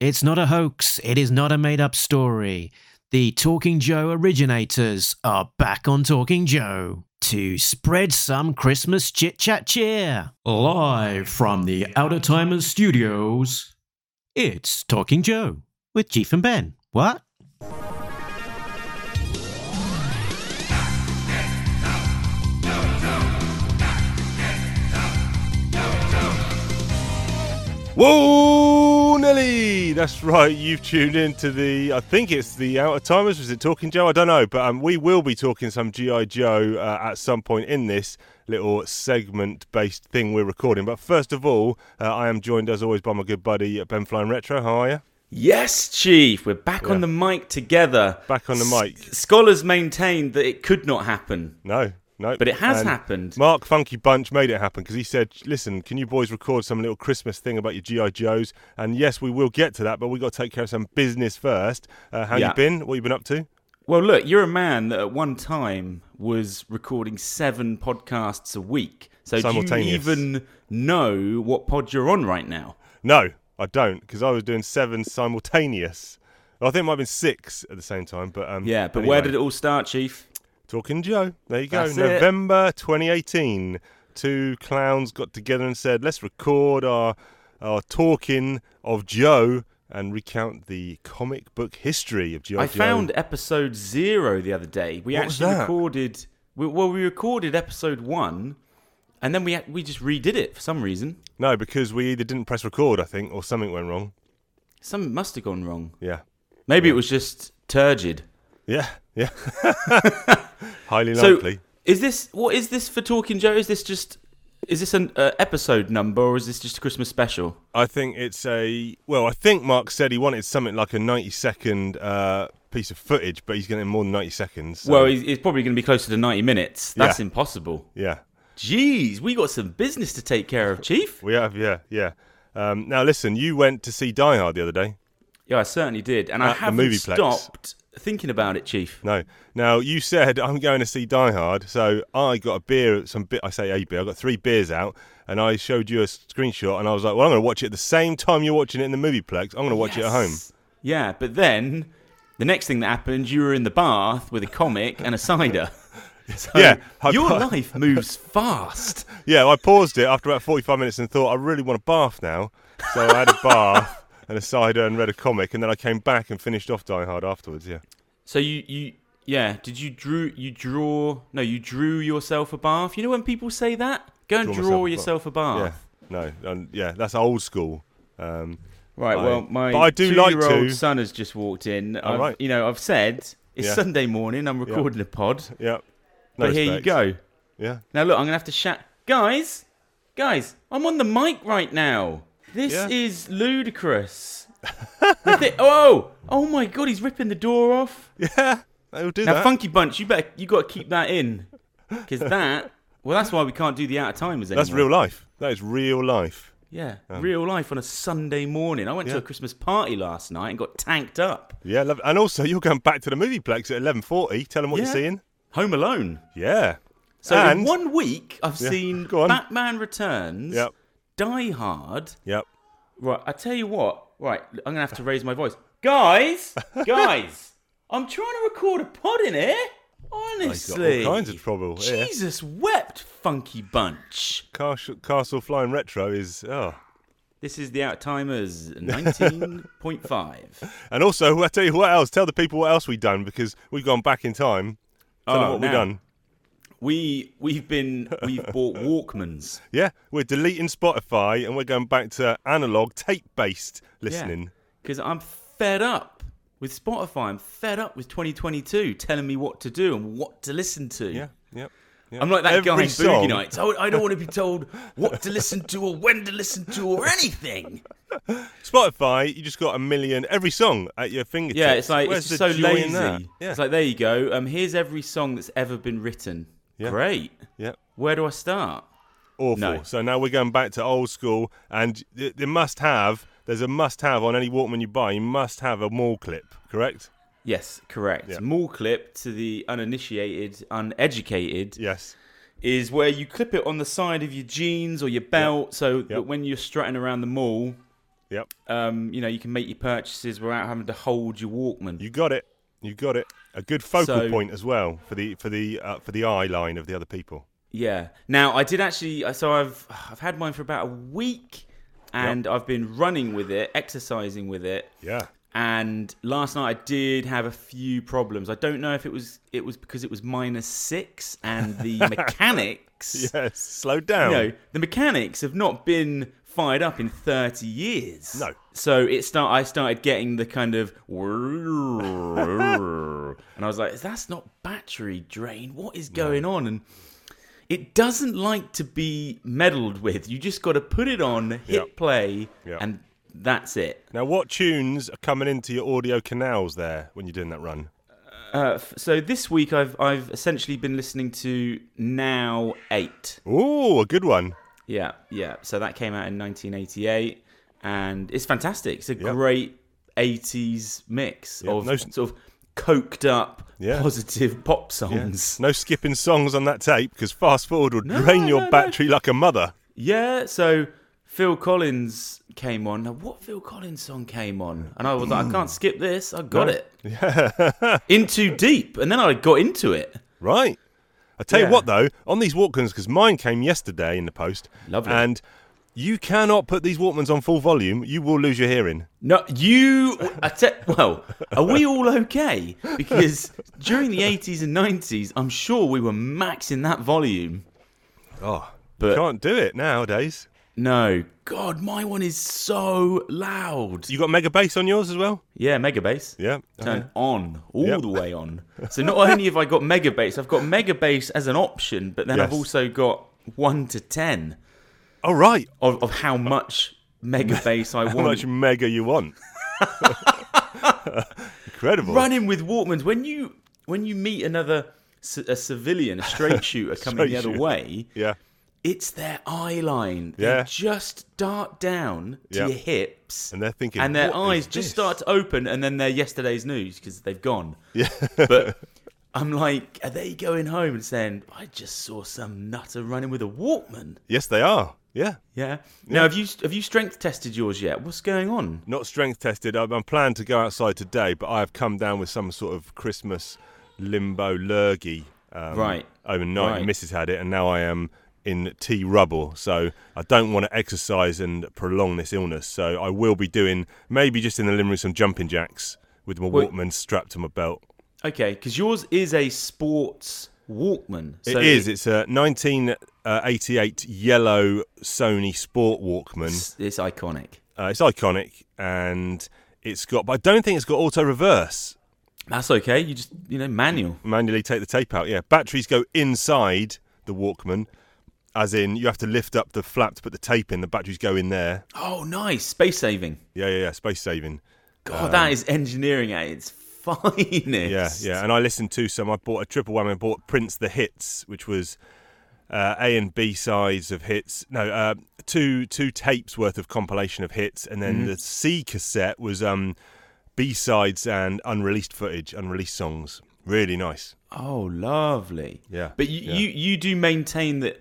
It's not a hoax. It is not a made up story. The Talking Joe originators are back on Talking Joe to spread some Christmas chit chat cheer. Live from the Outer Timers studios, it's Talking Joe with Chief and Ben. What? Whoa, Nelly! That's right. You've tuned in to the. I think it's the Outer Timers. Was it Talking Joe? I don't know, but um, we will be talking some GI Joe uh, at some point in this little segment-based thing we're recording. But first of all, uh, I am joined as always by my good buddy uh, Ben Flying Retro. How are you? Yes, Chief, we're back on the mic together. Back on the mic. S- scholars maintained that it could not happen, No, no. but it has And happened. Mark Funky Bunch made it happen because he said, "Listen, can you boys record some little Christmas thing about your GI Joes?" And yes, we will get to that, but we got to take care of some business first. Uh, how Yeah. you been? What you been up to? Well, look, you're a man that at one time was recording seven podcasts a week. So do you Simultaneous. even know what pod you're on right now? No, I don't, because I was doing seven simultaneous. I think it might have been six at the same time, but um, Yeah, but anyway. where did it all start, Chief? Talking Joe? There you go. That's it. November 2018. Two clowns got together and said, "Let's record our our talking of Joe and recount the comic book history of Joe." I found episode zero the other day. We What was actually that? recorded. We, well, we recorded episode one, and then we had- we just redid it for some reason. no because we either didn't press record, I think, or something went wrong. Some must have gone wrong. Yeah, Maybe it was just turgid. yeah, yeah. Highly So likely. is this what is this for Talking Joe? Is this just is this an uh, episode number or is this just a Christmas special? I think it's a well. I think Mark said he wanted something like a ninety-second uh, piece of footage, but he's going to more than ninety seconds. so- Well, it's it's probably going to be closer to ninety minutes. That's Yeah. impossible. yeah, Jeez, we got some business to take care of, Chief. we have. Yeah, yeah. Um, now listen, you went to see Die Hard the other day. Yeah, I certainly did, and I At the haven't Movieplex. stopped thinking about it, Chief. No. Now you said I'm going to see Die Hard, so I got a beer. Some bit. I say a beer. I got three beers out, and I showed you a screenshot, and I was like, "Well, I'm going to watch it at the same time you're watching it in the movieplex. I'm going to watch it at home." Yes. Yeah, but then the next thing that happened, you were in the bath with a comic and a cider. So Yeah, I- your life moves fast. Yeah, I paused it after about 45 minutes and thought, I really want a bath now. So I had a bath and a cider and read a comic, and then I came back and finished off Die Hard afterwards. Yeah. So you you yeah, did you drew you draw no, you drew yourself a bath. You know when people say that? Go and Draw draw, myself a bath. yourself a bath. Yeah. No. Um, yeah, that's old school. Um, Right, I- well my but I do like two-year-old to- son has just walked in. I've, right. you know, I've said it's Yeah. Sunday morning, I'm recording a pod. yeah. No But here you respect. go. Yeah. Now look, I'm gonna have to shout guys, guys, I'm on the mic right now. This Yeah. is ludicrous. I thi- oh, oh my god, he's ripping the door off. Yeah. They'll do Now, that. Funky Bunch, you better you got to keep that in because that. Well, that's why we can't do the out of timers anymore. that's real life. That is real life. Yeah, real life on a Sunday morning. I went to Yeah. a Christmas party last night and got tanked up. Yeah, love and also you're going back to the movieplex at 11:40. Tell them what Yeah. you're seeing. Home Alone. Yeah. So in and one week, I've Yeah, seen go on. Batman Returns, Yep. Die Hard. Yep. Right, I tell you what. Right, I'm gonna have to raise my voice, guys. Guys, I'm trying to record a pod in here. He's got Honestly, all kinds of trouble. Yeah. Jesus wept, Funky Bunch. Castle, Castle Flying Retro is oh This is the Out Timers 19.5. And also, I tell you what else. Tell the people what else we've done because we've gone back in time. Tell them Oh, what now. we've done. We we've been we've bought Walkmans. Yeah, we're deleting Spotify and we're going back to analog tape-based listening. Because I'm fed up with Spotify. I'm fed up with 2022 telling me what to do and what to listen to. Yeah, yeah. yeah. I'm like that Every guy in song- Boogie Nights. I, I don't want to be told what to listen to or when to listen to or anything. Spotify, you just got a million every song at your fingertips. Yeah, it's like Where's it's just so the joy lazy. in that? Yeah, It's like there you go. Um, here's every song that's ever been written. Yeah. Great. yeah. Where do I start? awful. No. So now we're going back to old school, and the, the must-have. There's a must-have on any Walkman you buy. You must have a mall clip, correct? Yes, correct. Yeah. Mall clip to the uninitiated, uneducated, Yes. is where you clip it on the side of your jeans or your belt so that Yep. when you're strutting around the mall, Yep. Um, you know, you can make your purchases without having to hold your Walkman. You got it. You got it. A good focal So- point as well for the for the uh, for the eye line of the other people. Yeah. Now I did actually. I- So I've I've had mine for about a week, and I've been running with it, exercising with it. Yeah. And last night I did have a few problems. I don't know if it was it was because it was minus six and the mechanics. Yes. Slow down. You know, the mechanics have not been fired up in 30 years. No. So it start. I started getting the kind of, and I was like, "That's not battery drain. What is going on?" And it doesn't like to be meddled with. You just got to put it on, hit Yep. play, Yep. and that's it. Now, what tunes are coming into your audio canals there when you're doing that run? Uh, f- so this week I've I've essentially been listening to Now Eight. Ooh, a good one. Yeah, yeah. So that came out in 1988, and it's fantastic. It's a great 80s mix of no s- sort of coked up, Yeah. positive pop songs. No skipping songs on that tape because fast forward would No, drain your no, no. battery like a mother. Yeah. so Phil Collins came on. Now, what Phil Collins song came on? And I was like, I can't skip this. I got it. in too deep, and then I got into it. Right. I tell Yeah. you what though, on these Walkmans, because mine came yesterday in the post. Lovely. And you cannot put these Walkmans on full volume. You will lose your hearing. No, you. I te- well, are we all okay? Because during the 80s and 90s, I'm sure we were maxing that volume. Oh, But- can't do it nowadays. No, God, my one is so loud. You got mega bass on yours as well? Yeah, mega bass. Yeah. Turned on, all Yep. the way on. So not only have I got mega bass, I've got mega bass as an option, but then I've Yes. also got 1 to 10 Oh right. of, of how much mega bass I How much want. mega you want? Incredible. Running with Walkmans, when you when you meet another c- a civilian, a straight shooter coming the Straight other shooter. way, Yeah. it's their eye line. They Yeah. just dart down to Yep. your hips. And they're thinking, And their "What eyes is just this?" start to open and then they're yesterday's news because they've gone. Yeah. but I'm like, are they going home and saying, I just saw some nutter running with a Walkman? Yes, they are. Yeah. Yeah. Now, have you have you strength tested yours yet? What's going on? Not strength tested. I'm, I'm planning to go outside today, but I have come down with some sort of Christmas limbo lurgy. Um, Right. Overnight, Right. Mrs. had it, and now I am in tea rubble. So I don't want to exercise and prolong this illness. So I will be doing maybe just in the living room some jumping jacks with my Well- Walkman strapped to my belt. Okay, because yours is a sports Walkman. So it is. It's a 1988 yellow Sony Sport Walkman. It's, it's iconic. Uh, it's iconic, and it's got. But I don't think it's got auto reverse. That's okay. You just, you know, manual. manually take the tape out. Yeah, batteries go inside the Walkman, as in you have to lift up the flap to put the tape in. The batteries go in there. Oh, nice. Space saving. Yeah, yeah, yeah. Space saving. God, that is engineering at its finest. Um, Yeah, yeah. And I listened to some. I bought a triple whammy. I bought Prince the Hits, which was uh, A and B sides of hits. No, uh, two two tapes worth of compilation of hits, and then the C cassette was um, B sides and unreleased footage, unreleased songs. Really nice. Oh, lovely. Yeah, But you yeah. you, you do maintain that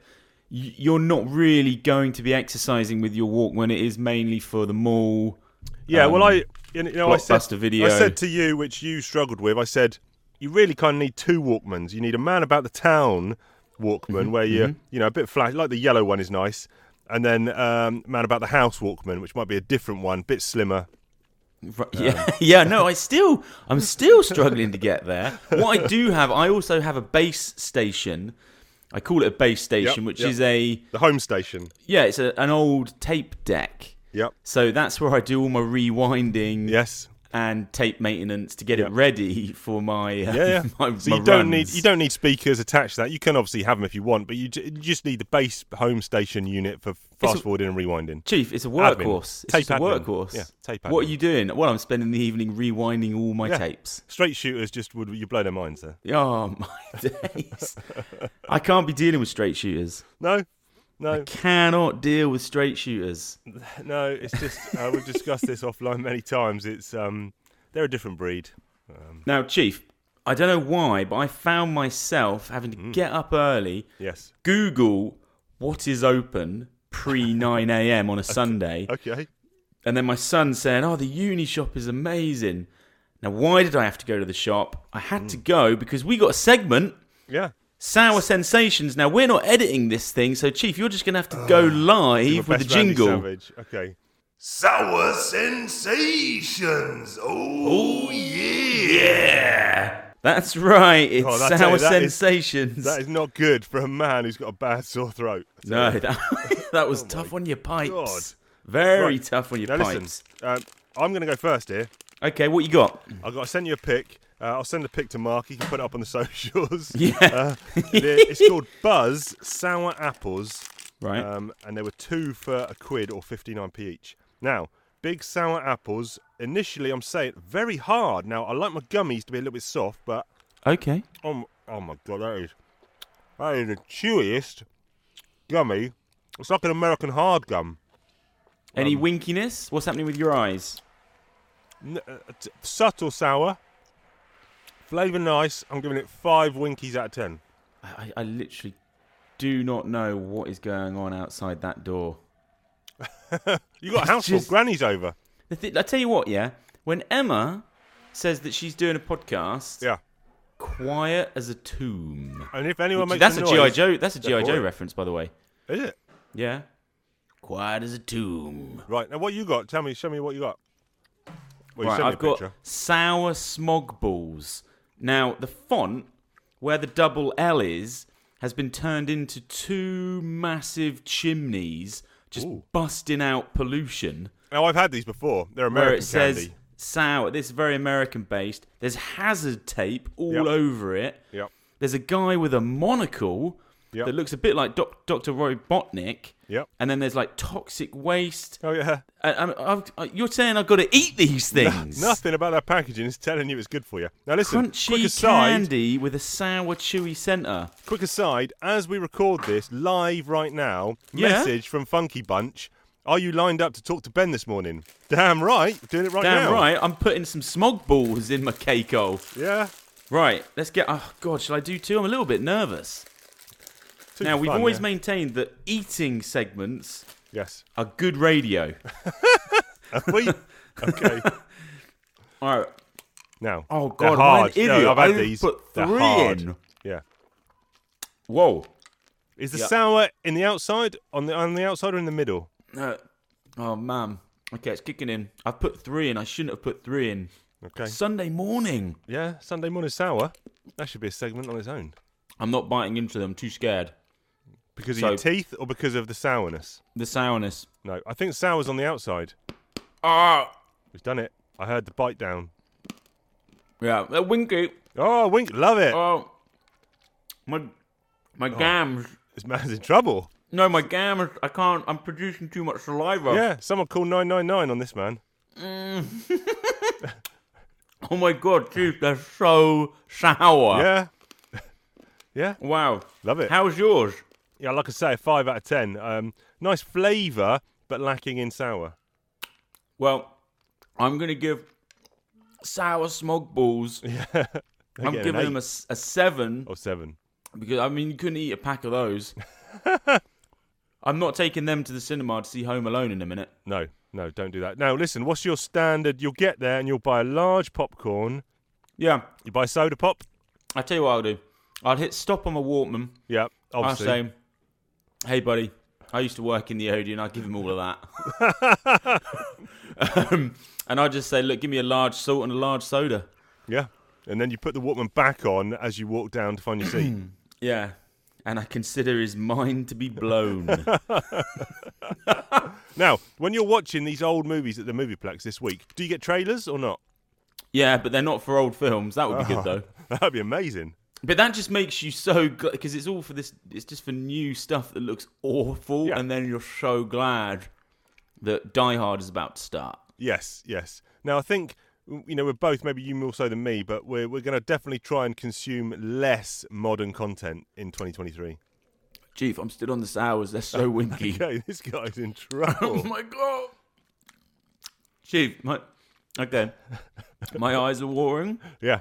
y- you're not really going to be exercising with your Walkman. It is mainly for the mall. Yeah, well, um, I you know I said Blockbuster video. I said to you, which you struggled with. I said you really kind of need two Walkmans. You need a man about the town Walkman, Mm-hmm, where you you know a bit flash, like the yellow one is nice, and then um, man about the house Walkman, which might be a different one, bit slimmer. Right, Yeah, yeah. No, I still, I'm still struggling to get there. What I do have, I also have a base station. I call it a base station, Yep, which yep. is a The home station. yeah, it's a, an old tape deck. Yep. So that's where I do all my rewinding. Yes. and tape maintenance to get Yeah. it ready for my uh, Yeah, yeah. my, so my you don't runs. need you don't need speakers attached to that. You can obviously have them if you want, but you, j- you just need the base home station unit for fast forwarding and rewinding. Chief, it's a Admin. workhorse. It's Tape just a admin. workhorse. Yeah, tape What admin. are you doing? Well, I'm spending the evening rewinding all my Yeah. tapes. Straight shooters just would you blow their minds there? Oh my days! I can't be dealing with straight shooters. No, no. Cannot deal with straight shooters. No, it's just uh, we've discussed this offline many times. It's um, they're a different breed. Now, Chief, I don't know why, but I found myself having to Mm. get up early, Yes. Google what is open pre 9 a.m. on a Sunday, Okay. And then my son saying, "Oh, the uni shop is amazing." Now, why did I have to go to the shop? I had Mm. to go because we got a segment, Yeah. Sour Sensations. Now, we're not editing this thing, so Chief, you're just going to have to go live with the Ah, Best Randy jingle. Savage. Okay. Sour sensations. Oh, yeah. That's right. It's Oh, that's Sour it, that is- Sensations. That is not good for a man who's got a bad sore throat. no, that, that was tough on your pipes. Oh God. Very Right. tough on your Now listen, pipes. um, I'm going to go first here. Okay, what you got? I've got to send you a pic. Uh, I'll send a pic to Mark. He can put it up on the socials. Yeah. Uh, the- it's called Buzz Sour Apples. Right. Um, and there were two for a quid or 59p each. Now, big sour apples. Initially, I'm saying very hard. Now, I like my gummies to be a little bit soft, but okay. oh, m- oh my god, that is that is the chewiest gummy. It's like an American hard gum. Any um, winkiness? What's happening with your eyes? N- uh, t- subtle sour. Flavour nice. I'm giving it five winkies out of ten. I, I I literally do not know what is going on outside that door. You got a house full of just- granny's over. The th- I tell you what, yeah. When Emma says that she's doing a podcast, Yeah. quiet as a tomb. And if anyone Which- makes that's a GI noise- Joe. That's a GI Joe quiet. reference, by the way. Is it? Yeah. Quiet as a tomb. Right. Now, what you got? Tell me. Show me what you got. Well, you right, sent me a I've got picture. sour smog balls. Now the font where the double L is has been turned into two massive chimneys just busting out pollution. Now I've had these before. They're American where it says candy. sour. This is very American based. There's hazard tape all Yep. over it. Yep. There's a guy with a monocle Yep. that looks a bit like Doc- Dr. Roy Botnick. Yep. And then there's like toxic waste. Oh yeah. I, I'm- I've- I, you're saying I've got to eat these things? Nothing about that packaging is telling you it's good for you. Now listen. quick Crunchy aside. candy with a sour, chewy centre. Quick aside. As we record this live right now, Yeah? message from Funky Bunch. Are you lined up to talk to Ben this morning? Damn right. Doing it right Damn now. right, I'm putting some smog balls in my cake hole. Yeah. Right, let's get. Oh God, shall I do two? I'm a little bit nervous. Super now we've fun, always yeah. maintained that eating segments Yes. are good radio. We. okay. All right. Now. Oh God, They're what an hard. No, idiot. I've had I didn't these. put They're three hard. in. Yeah. Whoa. Is the Yeah. sour in the outside on the on the outside or in the middle? No. oh man. Okay, it's kicking in. I've put three in. I shouldn't have put three in. Okay. Sunday morning. Yeah, Sunday morning sour. That should be a segment on its own. I'm not biting into them. Too scared. Because of So- your teeth or because of the sourness? The sourness. No, I think sour's on the outside. Ah. We've done it. I heard the bite down. Yeah. Uh, winky. Oh, Wink, love it. Oh. My my Oh. gams. This man's in trouble. No, my gams. I can't. I'm producing too much saliva. Yeah, someone call 999 on this man. Oh my god, dude, they're so sour. Yeah. yeah, Wow. love it. How's yours? yeah, like I say, 5 out of 10. Um, nice flavour, but lacking in sour. Well, I'm gonna give sour smog balls. I'm get an giving eight. them a, s- a seven Or 7. because I mean you couldn't eat a pack of those. I'm not taking them to the cinema to see Home Alone in a minute. No, no, don't do that. Now, listen, what's your standard? You'll get there and you'll buy a large popcorn. Yeah, You buy soda pop? I tell you what I'll do. I'll hit stop on my Walkman. Yeah, I'll obviously. say, "Hey, buddy, I used to work in the Odeon. I'll give him all of that." um, and I'll just say, "Look, give me a large salt and a large soda." Yeah. And then you put the Walkman back on as you walk down to find your seat. Yeah. And I consider his mind to be blown. now, when you're watching these old movies at the movieplex this week, do you get trailers or not? yeah, but they're not for old films. That would be Oh. good though. That'd be amazing. But that just makes you so because it's all for this. It's just for new stuff that looks awful, Yeah. and then you're so glad that Die Hard is about to start. Yes, yes. Now, I think you know we're both maybe you more so than me, but we're we're going to definitely try and consume less modern content in 2023. Chief, I'm still on the sours. They're so winky. Okay, this guy's in Oh trouble. my god. Chief, my okay. My eyes are watering. yeah,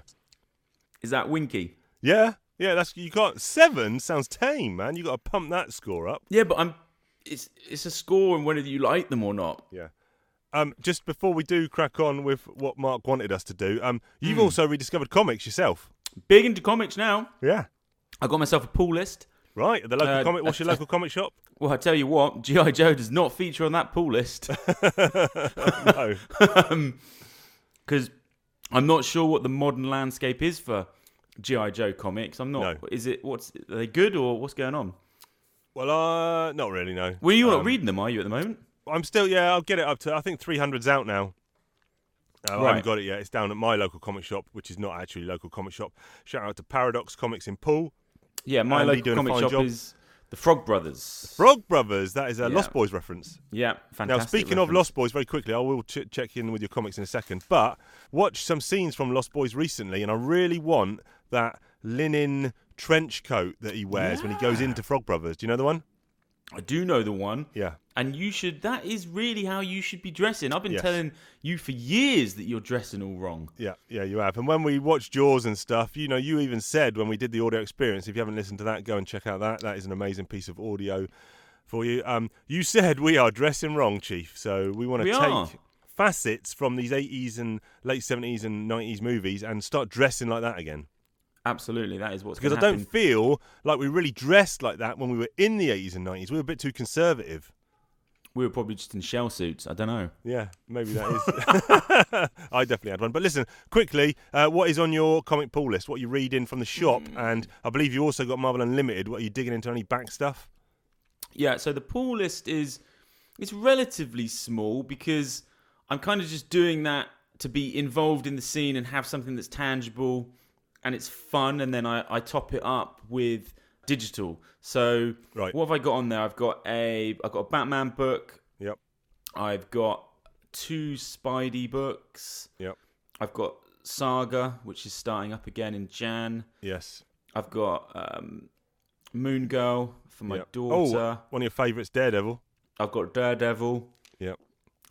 Is that Winky? yeah, yeah. That's you can't seven sounds tame, man. You got to pump that score up. Yeah, but I'm. It's it's a score and whether you like them or not. Yeah. Um, just before we do crack on with what Mark wanted us to do, um, you've Hmm. also rediscovered comics yourself. Big into comics now. Yeah. I got myself a pool list. Right, at the local Uh, comic. What's your local comic shop? Well, I tell you what, GI Joe does not feature on that pool list No. because I'm not sure what the modern landscape is for GI Joe comics. I'm not. No. Is it what's are they good or what's going on? Um, well, uh, not really. No. Well, you're not reading them, are you, at the moment? I'm still. Yeah, I'll get it up to. I think 300's out now. Uh, I haven't Right. got it yet. It's down at my local comic shop, which is not actually a local comic shop. Shout out to Paradox Comics in Poole. Yeah, my Andy local doing a comic fine shop job. is the Frog Brothers. Frog Brothers. That is a Yeah. Lost Boys reference. yeah, Now, fantastic. speaking of reference. Lost Boys, very quickly, I will ch- check in with your comics in a second. But watch some scenes from Lost Boys recently, and I really want that linen trench coat that he wears when he goes into Frog Brothers. Do you know the one? I do know the one. Yeah. And you should, that is really how you should be dressing. I've been Yes. telling you for years that you're dressing all wrong. Yeah, yeah, you have. And when we watched Jaws and stuff, you know, you even said when we did the audio experience, if you haven't listened to that, go and check out that. That is an amazing piece of audio for you. Um, you said we are dressing wrong, Chief. So we want to We take are. facets from these 80s and late 70s and 90s movies and start dressing like that again. Absolutely, that is what's Because I gonna don't happen. feel like we really dressed like that when we were in the 80s and 90s. We were a bit too conservative. We were probably just in shell suits. I don't know. Yeah, maybe that is. I definitely had one. But listen, quickly, uh, what is on your comic pool list? What are you reading from the shop? Mm. And I believe you also got Marvel Unlimited. What are you digging into? Any back stuff? Yeah, so the pool list is it's relatively small because I'm kind of just doing that to be involved in the scene and have something that's tangible and it's fun and then I, I top it up with digital. So Right. what have I got on there? I've got a I've got a Batman book, Yep, I've got two Spidey books, yep, I've got Saga, which is starting up again in Jan. yes. I've got um, Moon Girl for my yep. daughter. Oh, one of your favourites, Daredevil. I've got Daredevil. Yep,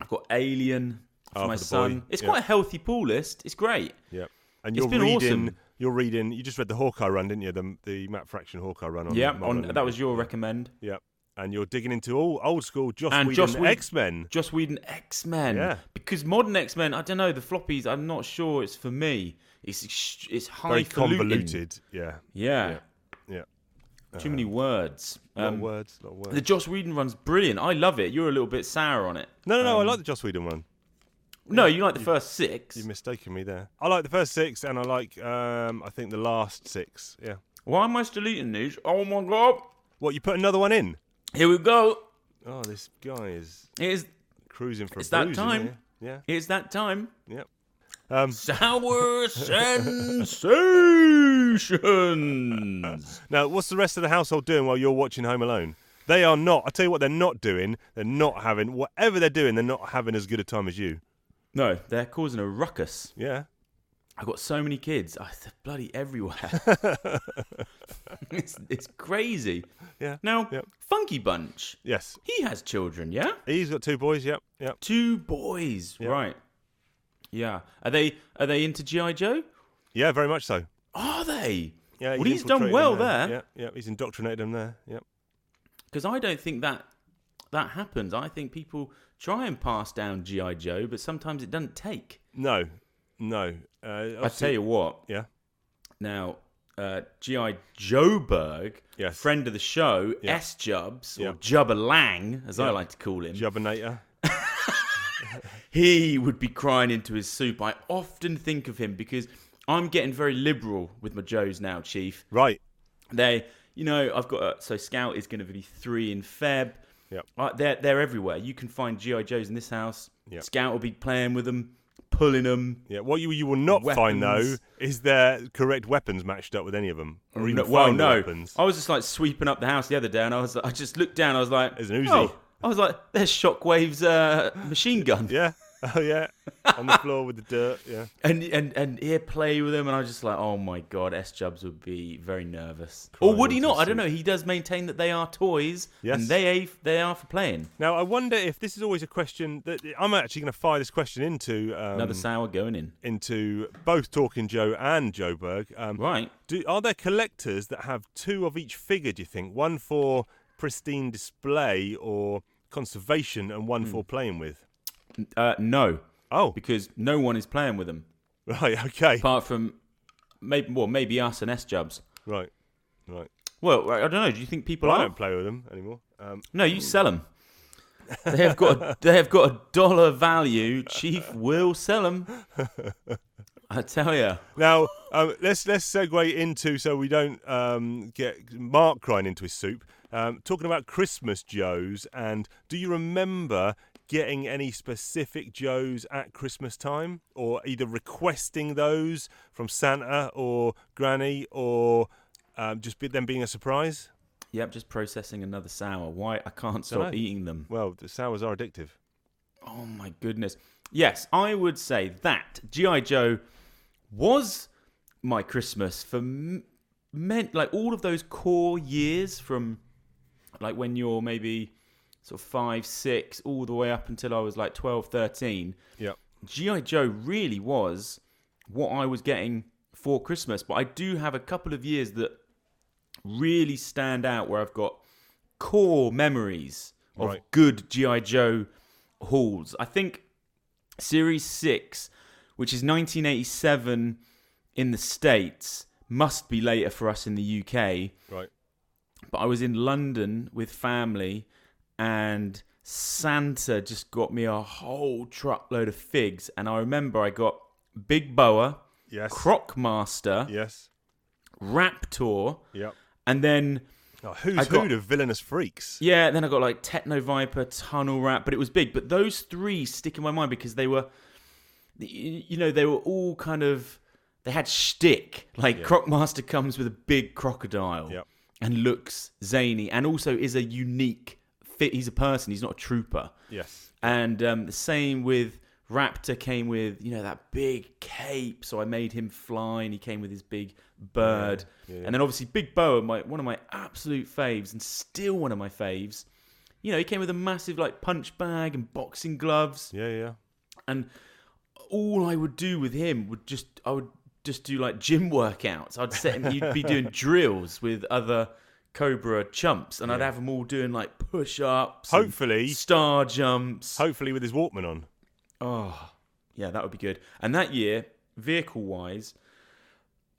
I've got Alien for Ah, my for the son. boy. It's Yeah. quite a healthy pool list. It's great. yep. And It's you're been reading. awesome. You're reading. You just read the Hawkeye run, didn't you? The the Matt Fraction Hawkeye run on. Yeah, Marvel on, Unlimited. that was your recommend. Yep. And you're digging into all old school Joss And Whedon Joss Whedon- X Men. Joss Whedon X Men. Yeah. Because modern X Men, I don't know the floppies. I'm not sure it's for me. It's ex- it's Very highfalutin. convoluted. Yeah. Yeah. Yeah. Uh, Too many words. Lot Um, of words. Lot of words. the Joss Whedon run's brilliant. I love it. You're a little bit sour on it. No, no, no. I like the Joss Whedon one. No, you like the first six. You've mistaken me there. I like the first six, and I like um, I think the last six. Yeah. Why am I still eating these? Oh my god! What you put another one in? Here we go. Oh, this guy is Here's cruising for It's a that bruise, time. isn't he? Yeah. here's that time. Yep. Um, Sour sensations. now, what's the rest of the household doing while you're watching Home Alone? They are not. I tell you what, they're not doing. They're not having whatever they're doing. They're not having as good a time as you. No, they're causing a ruckus. Yeah. I've got so many kids. I, they're bloody everywhere. it's, it's crazy. Yeah. Now, Yep. Funky Bunch, Yes. he has children, yeah? He's got two boys. Yep. Yep. Two boys, right? Yeah. Are they are they into GI Joe? Yeah. Very much so. Are they? Yeah. Well, he's infiltrated done well them there. Yeah. Yeah. He's indoctrinated them there. Yep. because I don't think that that happens. I think people try and pass down GI Joe, but sometimes it doesn't take. No. No. Uh, I tell you what, Yeah. now uh, GI Joeberg, Yes. friend of the show, Yeah. S Jubs Yeah. or Jubba Lang, as I Yeah. like to call him, Jubbernator. he would be crying into his soup. I often think of him because I'm getting very liberal with my Joes now, Chief. Right. They, you know, I've got a, so Scout is going to be three in Feb. Yep. Uh, they're they're everywhere. You can find GI Joes in this house. Yep. Scout will be playing with them, pulling them. Yeah, what you you will not find though Weapons. is their correct weapons matched up with any of them, or even well, find the no. Oh. weapons. I was just like sweeping up the house the other day, and I was I just looked down. I was like, There's an Uzi. "Oh." I was like, there's Shockwave's uh, machine gun, Yeah, oh yeah, on the floor with the dirt. Yeah, and and and here play with him, and I was just like, oh my god, S Jubs would be very nervous, or Crying would he into not? his I don't know. He does maintain that they are toys, Yes. and they they are for playing. Now I wonder if this is always a question that I'm actually going to fire this question into um, Another sour going in, into both Talking Joe and Joe Berg. Um, right? do, are there collectors that have two of each figure? Do you think one Hmm. for pristine display or conservation, and one for playing with? Uh, no, Oh, because no one is playing with them right. Okay. apart from maybe well maybe us and S Jubs. Right. Right. Well, I I don't know. Do you think people Well, I are? don't play with them anymore. Um, No, you sell them. They have got a, they have got a dollar value. Chief will sell them. I tell you. now um, let's let's segue into so we don't um, get Mark crying into his soup. Um, talking about Christmas Joes, and do you remember getting any specific Joes at Christmas time, or either requesting those from Santa or Granny, or um, just be, them being a surprise? Yep, just processing another sour. Why I can't stop Dunno. eating them. Well, the sours are addictive. Oh my goodness. Yes, I would say that GI Joe was my Christmas for m- meant like all of those core years from like when you're maybe sort of 5 6 all the way up until I was like 12 13. Yep. GI Joe really was what I was getting for Christmas, but I do have a couple of years that really stand out where I've got core memories of Right. good GI Joe hauls. I think Series 6, which is 1987 in the States, must be later for us in the UK Right. but I was in London with family, and Santa just got me a whole truckload of figs. And I remember I got Big Boa, Yes. Crockmaster, yes. Raptor, Yep. and then Oh, who's I got- who of villainous freaks? yeah, then I got like Techno Viper, Tunnel Rat, but it was big. But those three stick in my mind because they were, y- you know, they were all kind of they had shtick. Like Crocmaster comes with a big crocodile Yep. and looks zany, and also is a unique fit. He's a person. He's not a trooper. Yes. And um, the same with Raptor came with you know that big cape, so I made him fly, and he came with his big bird, and then obviously Big Boa, my one of my absolute faves, and still one of my faves. You know, he came with a massive like punch bag and boxing gloves, Yeah. Yeah. and all I would do with him would just I would just do like gym workouts. I'd set him. He'd be doing drills with other Cobra chumps, and I'd have them all doing like push ups, Hopefully- star jumps. Hopefully with his Walkman on. Oh, yeah, that would be good. And that year, vehicle wise,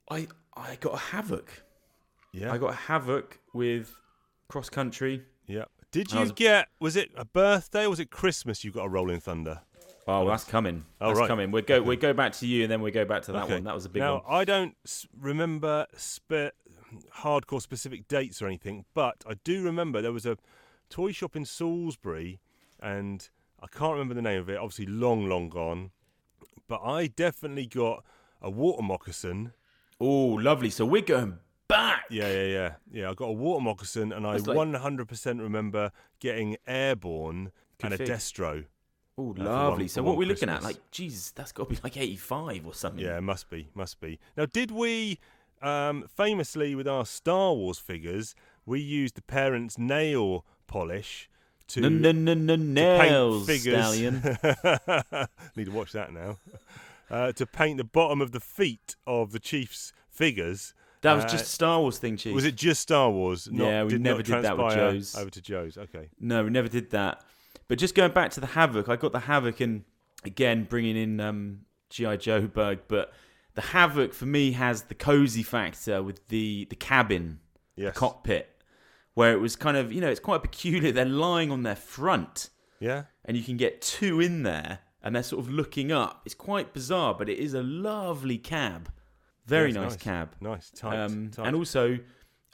I I got a havoc. Yeah. I got a havoc with cross country. Yeah. Did I you was- get? Was it a birthday? or Was it Christmas? You got a Rolling Thunder. Oh, well, that's coming. Oh, that's right. coming. We go we go back to you, and then we go back to that Okay. one. That was a big now, one. I don't s- remember spe- hardcore specific dates or anything, but I do remember there was a toy shop in Salisbury, and I can't remember the name of it. Obviously, long, long gone. But I definitely got a water moccasin. Oh, lovely. So we're going back. Yeah, yeah, yeah, yeah. I got a water moccasin, and I That's like- 100% remember getting airborne and a fig. destro. Oh, for lovely. one- so for what one we're looking at, Christmas. like, Jesus, that's got to be like eighty-five or something. Yeah, must be, must be. Now, did we um, famously with our Star Wars figures, we used the parents' nail polish to, No, no, no, no, to paint nails, figures. stallion. Need to watch that now. Uh, to paint the bottom of the feet of the Chiefs' figures. That was Uh, just a Star Wars thing, Chief. Was it just Star Wars? Not, Yeah, we did never not did that with transpire Joe's. Over to Joe's. Okay. No, we never did that. But just going back to the Havoc, I got the Havoc and again bringing in um, GI Joe Berg, but the Havoc for me has the cozy factor with the the cabin Yes. cockpit, where it was kind of you know it's quite peculiar. They're lying on their front, yeah. and you can get two in there, and they're sort of looking up. It's quite bizarre, but it is a lovely cab, very Yes, nice, cab. Nice. Tight. Um, tight. And also,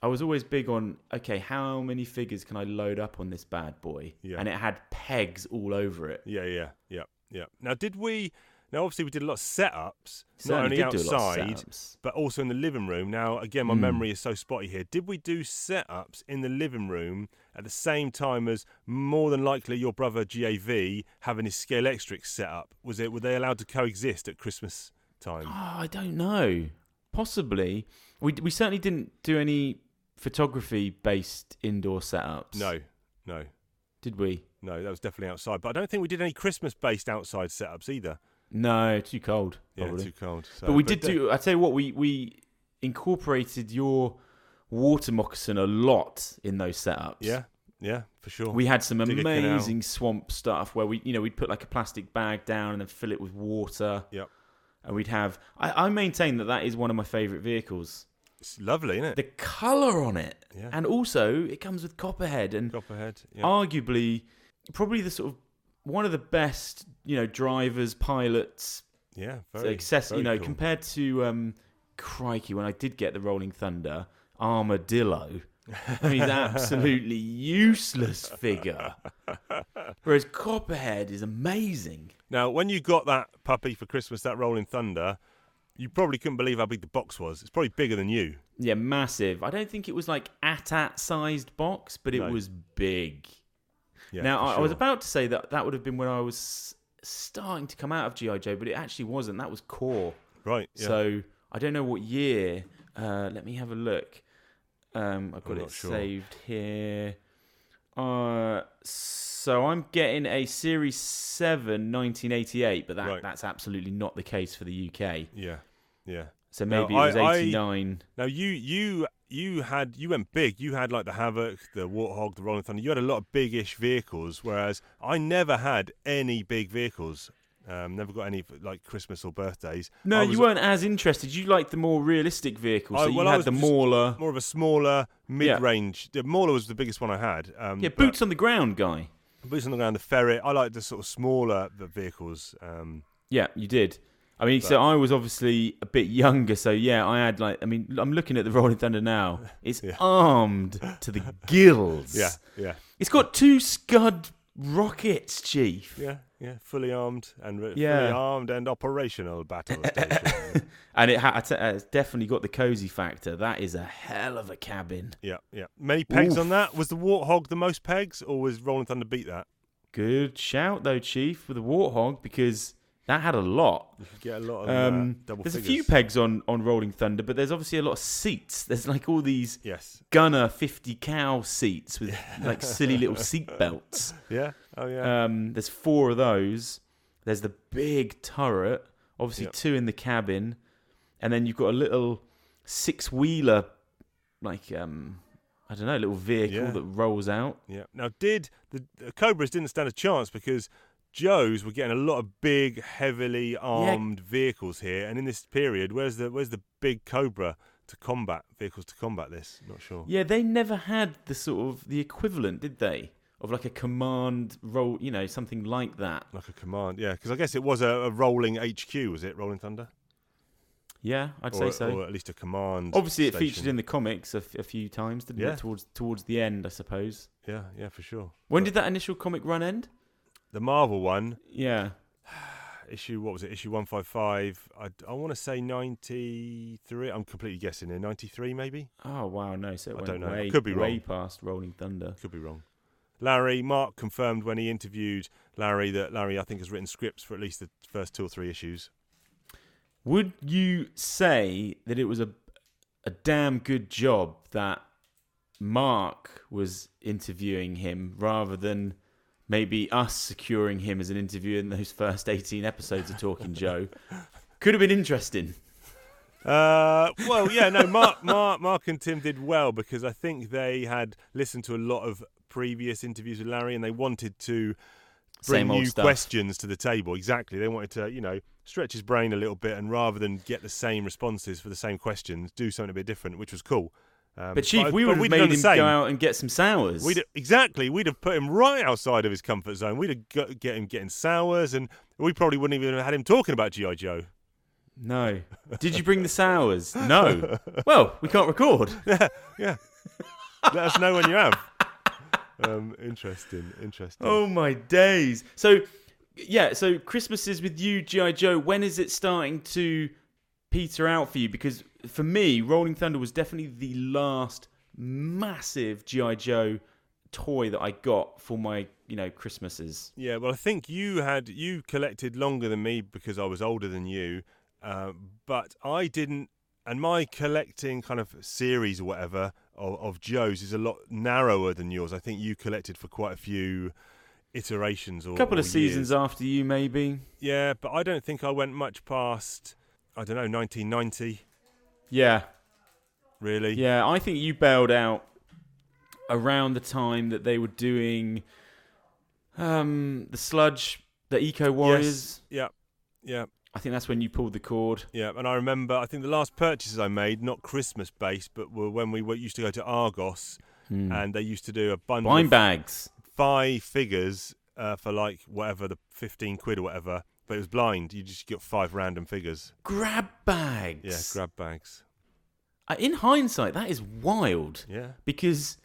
I was always big on okay, how many figures can I load up on this bad boy? Yeah. And it had pegs all over it. Yeah, yeah, yeah, yeah. Now, did we? Now, obviously, we did a lot of setups, not Certainly only did do a lot of outside, setups. Hmm. but also in the living room. Now, again, my memory is so spotty here. Did we do setups in the living room at the same time as more than likely your brother Gav having his scale electric setup? Was it? Were they allowed to coexist at Christmas time? Oh, I don't know. Possibly. We we certainly didn't do any photography based indoor setups. No, no, Did we? no. That was definitely outside. But I don't think we did any Christmas-based outside setups either. No, too cold. Yeah, Probably. too cold. So, but we did the- do. I tell you what, we we incorporated your water moccasin a lot in those setups. Yeah, Yeah, for sure. We had some Dig a canal. amazing swamp stuff where we, you know, we'd put like a plastic bag down and then fill it with water, Yep. and we'd have. I, I maintain that that is one of my favourite vehicles. It's lovely, isn't it? The colour on it, Yeah. and also it comes with Copperhead, and Copperhead. Oh, Yeah. arguably, probably the sort of one of the best, you know, drivers, pilots, yeah. Very, access. very You know, cool. compared to um, crikey, when I did get the Rolling Thunder armadillo, I mean, absolutely useless figure. Whereas Copperhead is amazing. Now, when you got that puppy for Christmas, that Rolling Thunder, you probably couldn't believe how big the box was. It's probably bigger than you. Yeah, massive. I don't think it was like at-at sized box, but it No. was big. Yeah, now, for I, I was sure. about to say that that would have been when I was s- starting to come out of GI Joe, but it actually wasn't. That was core. Right. Yeah. So I don't know what year. Uh, let me have a look. Um, I've got I'm it not sure. saved here. Uh, so I'm getting a Series 7 1988, but that, Right. that's absolutely not the case for the UK. yeah. Yeah. So No, maybe I- it was I- 89. Now you you you had you went big. You had like the Havoc, the Warthog, the Rolling Thunder. You had a lot of big-ish vehicles, whereas I never had any big vehicles. Um, never got any for, like Christmas or birthdays. I no, Oh, you was weren't as interested. You liked the more realistic vehicles. I- so you well, I had was the just- Mauler. More of a smaller mid-range. The Mauler was the biggest one I had. Um, yeah, but- boots on the ground guy. boots on the ground, the ferret. I like the sort of smaller the vehicles. Um, Yeah, you did. I mean, so I was obviously a bit younger, so yeah, I had like, I mean, I'm looking at the Rolling Thunder now. It's armed to the gills. yeah, yeah, It's got two Scud rockets, Chief. yeah, yeah. Fully armed and re- Yeah. fully armed and operational battle station. And it ha- I te- uh, it's definitely got the cozy factor. That is a hell of a cabin. yeah, yeah. Many pegs Oof. on that. Was the Warthog the most pegs, or was Rolling Thunder beat that? Good shout, though, Chief, with the Warthog, because that had a lot. You could get a lot of uh, Um, double there's a figures. few pegs on, on Rolling Thunder, but there's obviously a lot of seats. There's like all these Yes. gunner 50 cow seats with like silly little seat belts. Yeah. Oh yeah. Um, there's four of those. There's the big turret, obviously Yep. two in the cabin, and then you've got a little six wheeler, like um, I don't know, little vehicle Yeah. that rolls out. yeah. Now, did the, the Cobras didn't stand a chance because Joes were getting a lot of big, heavily armed vehicles here, and in this period, where's the where's the big Cobra to combat vehicles to combat this? Not sure. Yeah, they never had the sort of the equivalent, did they, of like a command roll, you know, something like that. Like a command, yeah, because I guess it was a, a rolling HQ, was it? Rolling Thunder, Yeah, I'd or, say so. or at least a command. obviously, it station. featured in the comics a, f- a few times, didn't Yeah. it? Towards towards the end, I suppose. yeah, yeah, for sure. When did that initial comic run end? The Marvel one Yeah. issue, what was it? Issue one five five. I, I want to say ninety three. I'm completely guessing here. Ninety three, maybe. Oh wow, no, so it went don't know. way, Could be way wrong. past Rolling Thunder. Could be wrong. Larry Mark confirmed when he interviewed Larry that Larry, I think, has written scripts for at least the first two or three issues. Would you say that it was a a damn good job that Mark was interviewing him rather than maybe us securing him as an interview in those first 18 episodes of Talking Joe? Could have been interesting. Uh, well, yeah, no, Mark, Mark, Mark, and Tim did well because I think they had listened to a lot of previous interviews with Larry, and they wanted to bring Same new old stuff. questions to the table. Exactly, they wanted to, you know, stretch his brain a little bit, and rather than get the same responses for the same questions, do something a bit different, which was cool. Um, But Chief, I- we but would have we'd done made the him same. go out and get some sours. We'd exactly. We'd have put him right outside of his comfort zone. We'd have got, get him getting sours, and we probably wouldn't even have had him talking about GI Joe. no. Did you bring the sours? No. Well, we can't record. Yeah. Let us know when you have. Um, interesting. Interesting. Oh my days! So, yeah, so Christmas is with you, GI Joe. When is it starting to peter out for you? Because for me, Rolling Thunder was definitely the last massive GI Joe toy that I got for my, you know, Christmases. Yeah. Well, I think you had you collected longer than me because I was older than you, uh, but I didn't. And my collecting kind of series or whatever of, of Joe's is a lot narrower than yours. I think you collected for quite a few iterations or A couple or of years. seasons after you, maybe. Yeah, but I don't think I went much past, I don't know, 1990, Yeah, really. yeah. I think you bailed out around the time that they were doing um, the sludge, the Eco Warriors. Yeah. Yeah. I think that's when you pulled the cord. Yeah, and I remember. I think the last purchases I made, not Christmas based, but were when we were, used to go to Argos, and they used to do a bundle Hmm. Blind of bags. five figures uh, for like whatever the fifteen quid or whatever. But it was blind. You just got five random figures. Grab bags. Yeah, grab bags. Uh, In hindsight, that is wild. Yeah, Because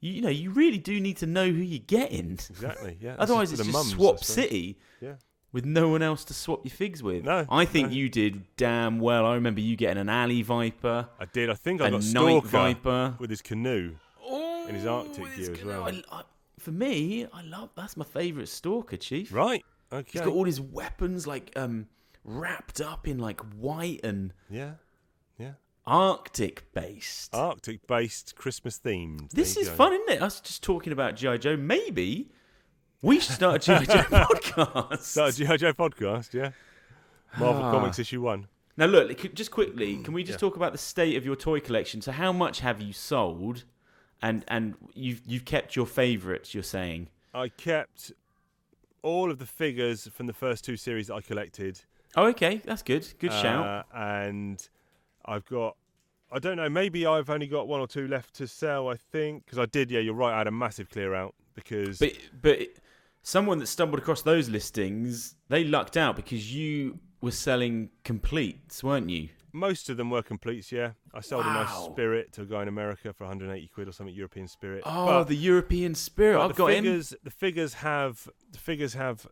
you, you know you really do need to know who you're getting. exactly. Yeah. that's Otherwise, for it's the just mums, I swap suppose. city Yeah. with no one else to swap your figs with. No, I think no. you did damn well. I remember you getting an alley viper, I did. I think I a got night Stalker viper, with his canoe. oh, his Arctic it's gear as gonna- well. I- I- for me, I love that's my favourite stalker chief. Right. Okay. He's got all his weapons like um wrapped up in like white and yeah. Arctic based. Arctic based Christmas themed. This There is you go. fun, isn't it? Us just talking about GI Joe. Maybe we should start a GI Joe podcast. That GI Joe podcast. Yeah. Marvel Ah. Comics issue one. Now, look, like, just quickly, can we just talk about the state of your toy collection? So, how much have you sold, and and you've you've kept your favourites? You're saying, I kept all of the figures from the first two series that I collected. oh, okay, that's good, good shout. Uh, and I've got, I don't know, maybe I've only got one or two left to sell, I think. Because I did, yeah, you're right, I had a massive clear out because. But but someone that stumbled across those listings, they lucked out because you were selling completes, weren't you? Most of them were completes, yeah. I sold a nice Wow. spirit to a guy in America for 180 quid or something, European spirit. Oh, But- the European spirit. but I've got the him. figures, The figures have the figures have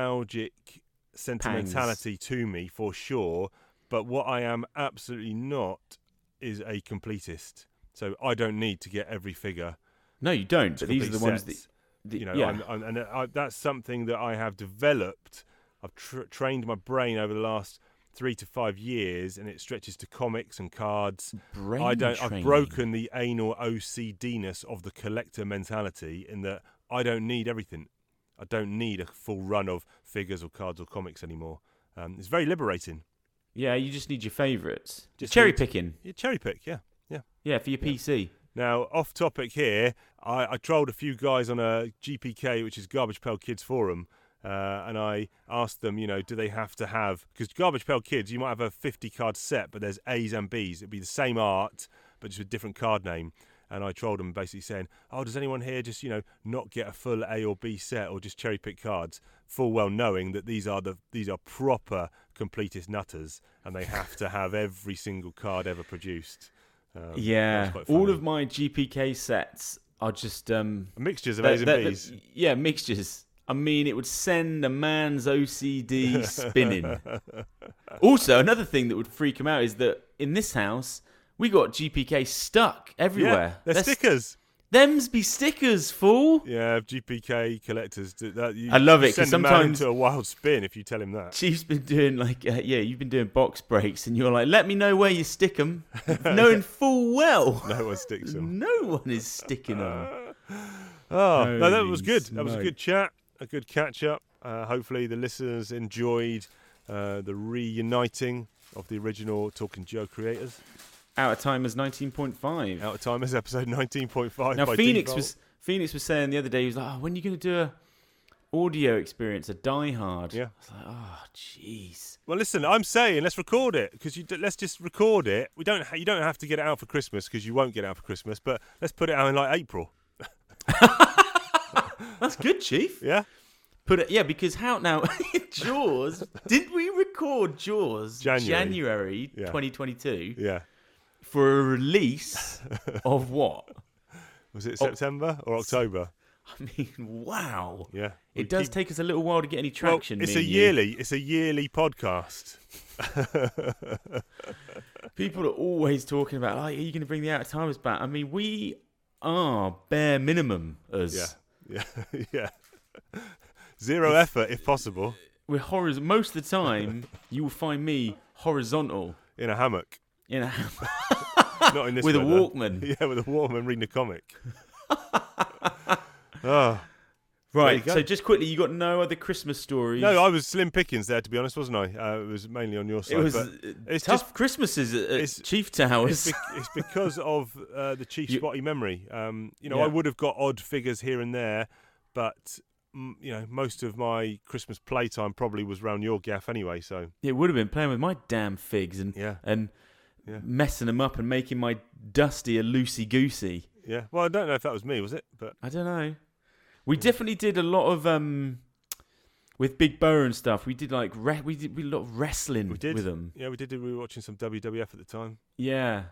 nostalgic sentimentality to me for sure. But what I am absolutely not is a completist. So I don't need to get every figure. No, you don't. But these are the complete ones that, sets. that- you know, yeah. I'm, I'm, and I, that's something that I have developed. I've tr- trained my brain over the last three to five years, and it stretches to comics and cards. Brain I don't. training. I've broken the anal OCDness of the collector mentality in that I don't need everything. I don't need a full run of figures or cards or comics anymore. Um, it's very liberating. Yeah, you just need your favourites. Just Cherry need to- picking. You cherry pick, yeah, yeah. Yeah, for your PC. Now, off topic here, I, I trolled a few guys on a GPK, which is Garbage Pail Kids forum, uh, and I asked them, you know, do they have to have because Garbage Pail Kids, you might have a 50 card set, but there's A's and B's. It'd be the same art, but just a different card name. And I trolled them basically saying, oh, does anyone here just, you know, not get a full A or B set or just cherry pick cards, full well knowing that these are the these are proper completist nutters and they have to have every single card ever produced. Um, that was Yeah, quite all funny. of my GPK sets are just um, Mixtures of they're- A's and they're- B's. they're- yeah, mixtures. I mean, it would send a man's OCD spinning. also, another thing that would freak him out is that in this house we got GPK stuck Yeah, everywhere. they're Let's- stickers. Them's be stickers, fool. Yeah, GPK collectors. do That, you, I love you it, 'cause Send a man sometimes- into a wild spin if you tell him that. Chief's been doing like, uh, yeah, you've been doing box breaks, and you're like, let me know where you stick 'em, knowing full well No one sticks Uh. him. no one is sticking them. Oh, no, that Holy was good. That was a smoke. good chat, a good catch up. Uh, hopefully, the listeners enjoyed uh, the reuniting of the original Talking Joe creators. Out of time is 19.5. Out of time is episode 19.5. Now by Phoenix default. was Phoenix was saying the other day he was like, oh, "When are you going to do a audio experience, a Die Hard?" Yeah. I was like, "Oh, jeez." Well, listen, I'm saying let's record it because you d- let's just record it. We don't ha- you don't have to get it out for Christmas because you won't get it out for Christmas, but let's put it out in like April. That's good, Chief. Yeah, Put it, yeah, because how now? Jaws. Did we record Jaws January. January Yeah. 2022 yeah. for a release of what? Was it September or October? I mean, wow. Yeah, It does take us a little while to get any traction. it's me a and you. yearly. It's a yearly podcast. People are always talking about, like, are you going to bring the out of timers back? I mean, we are bare minimum as Yeah, yeah, yeah. Zero effort, if possible, we're horiz- Most of the time, you will find me horizontal in a hammock, in a not in this with a weather. Walkman. Yeah, with a Walkman reading a comic. Ah, Right. go. So just quickly, you got no other Christmas stories? No, I was slim pickings there, to be honest, wasn't I? Uh, it was mainly on your side. It was but uh, it's tough just- Christmases at, at it's- Chief it's, Towers. be- it's because of uh, the chief's You- spotty memory. Um, you know, I Yeah. would have got odd figures here and there, but mm, you know, most of my Christmas playtime probably was round your gaff anyway. So it would have been playing with my damn figs and yeah, and Yeah. messing them up and making my dusty a loosey goosey. yeah. Well, I don't know if that was me, was it? But I don't know. We definitely did a lot of um with Big Bo and stuff. We did like re- we did we did a lot of wrestling We did. with them. yeah, we did. We were watching some WWF at the time. Yeah.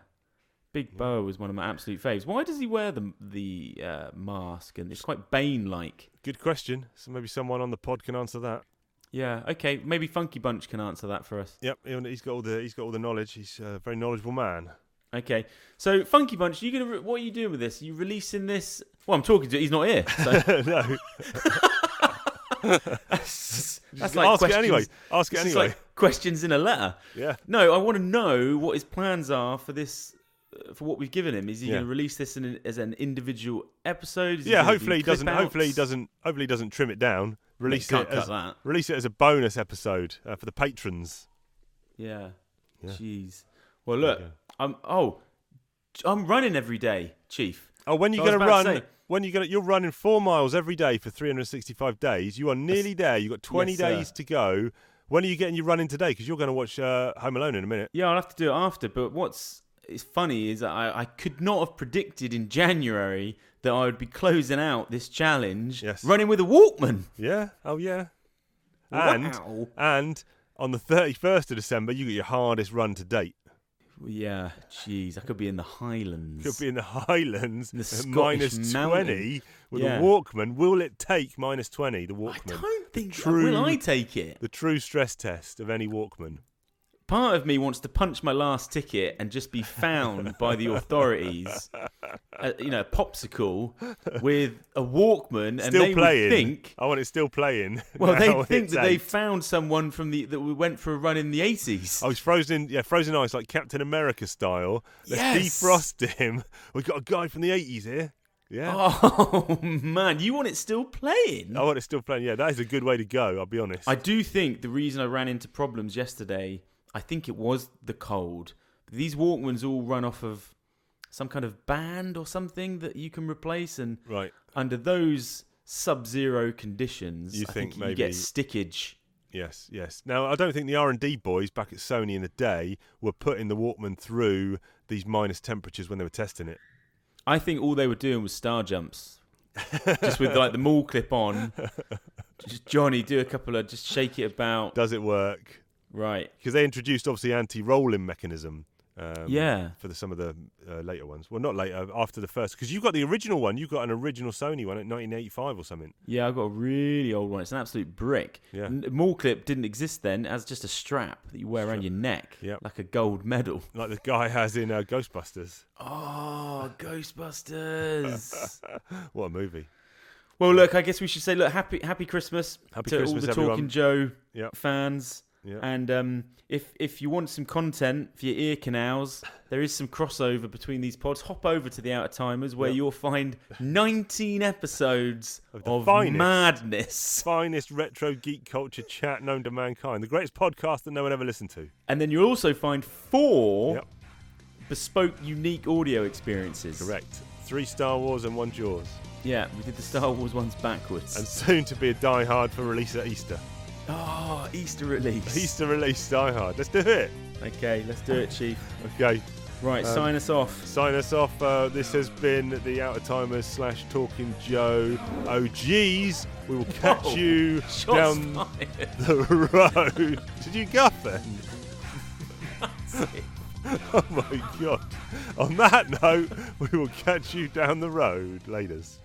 Big Bo was one of my absolute faves. Why does he wear the the uh, mask? And it's quite Bane like. Good question. So maybe someone on the pod can answer that. Yeah. Okay. Maybe Funky Bunch can answer that for us. Yep, he- he's got all the he's got all the knowledge. He's a very knowledgeable man. Okay. So Funky Bunch, you gonna re- what are you doing with this? Are you releasing this? Well, I'm talking to. He's not here. So no, that's Just like ask it questions. anyway. Ask it This is anyway. like questions in a letter. yeah. No, I want to know what his plans are for this, uh, for what we've given him. Is he Yeah. going to release this in, as an individual episode? Is he yeah, gonna do hopefully he doesn't. clip Hopefully he outs? doesn't. Hopefully he doesn't trim it down. Release can't it uh, as cut that. release it as a bonus episode uh, for the patrons. Yeah. Yeah. Jeez. Well, look, I'm oh, I'm running every day, Chief. Oh, when you I was going to run? about to say- when you going? You're running four miles every day for 365 days. You are nearly there. You've got 20 Yes, sir. days to go. When are you getting your run in today? Because you're going to watch uh, Home Alone in a minute. Yeah, I'll have to do it after. But what's is funny is that I, I could not have predicted in January that I would be closing out this challenge Yes. running with a Walkman. Yeah. Oh yeah. And Wow. and on the 31st of December, you get your hardest run to date. Yeah, jeez, I could be in the Highlands. Could be in the Highlands the at Scottish minus mountain. 20 with Yeah. a Walkman. Will it take minus 20? The I Walkman. don't think True. will I take it. The true stress test of any Walkman. Part of me wants to punch my last ticket and just be found by the authorities, uh, you know, a popsicle with a Walkman, and Still they would playing. think. I want it still playing. Well, Now they think it's that they eight. found someone from the that we went for a run in the eighties. I was Oh, frozen in, yeah, frozen ice like Captain America style. Let's Yes. defrost him. We've got a guy from the 80s here. Yeah. Oh man, you want it still playing? I want it still playing. Yeah, that is a good way to go, I'll be honest. I do think the reason I ran into problems yesterday, I think it was the cold. These Walkmans all run off of some kind of band or something that you can replace, and right. under those sub-zero conditions, You I think think, you get maybe- stickage. Yes, yes. Now, I don't think the R&D boys back at Sony in the day were putting the Walkman through these minus temperatures when they were testing it. I think all they were doing was star jumps, just with like the mall clip on. Just Johnny, do a couple of just shake it about. Does it work? Right. Because they introduced obviously anti-rolling mechanism. Um, Yeah. For the, some of the uh, later ones. Well, not later. After the first, because you got the original one. You got an original Sony one at 1985 or something. Yeah, I've got a really old one. It's an absolute brick. Yeah. N- mall clip didn't exist then as just a strap that you wear around your neck, Yep. like a gold medal. Like the guy has in uh, Ghostbusters. Oh, Ghostbusters! What a movie. well, look, I guess we should say, look, happy Happy Christmas Happy to all Christmas, the everyone. Talking Joe Yep. fans. Yep. And um, if if you want some content for your ear canals, there is some crossover between these pods. Hop over to the Outer Timers where Yep. you'll find 19 episodes Of the of, finest. madness. Finest retro geek culture chat known to mankind. The greatest podcast that no one ever listened to. And then you'll also find four Yep. bespoke, unique audio experiences. Correct. Three Star Wars and one Jaws. Yeah, we did the Star Wars ones backwards. And soon to be a Die Hard for release at Easter. oh, Easter release. Easter release Die Hard. Let's do it. Okay, let's do it, Chief. Okay. Right, Um, sign us off. sign us off. Uh, this has been the Outer Timers slash Talking Joe OGs. We will catch Whoa. you Shots down fired. the road. Did you guff then? oh my god. On that note, we will catch you down the road. Laters.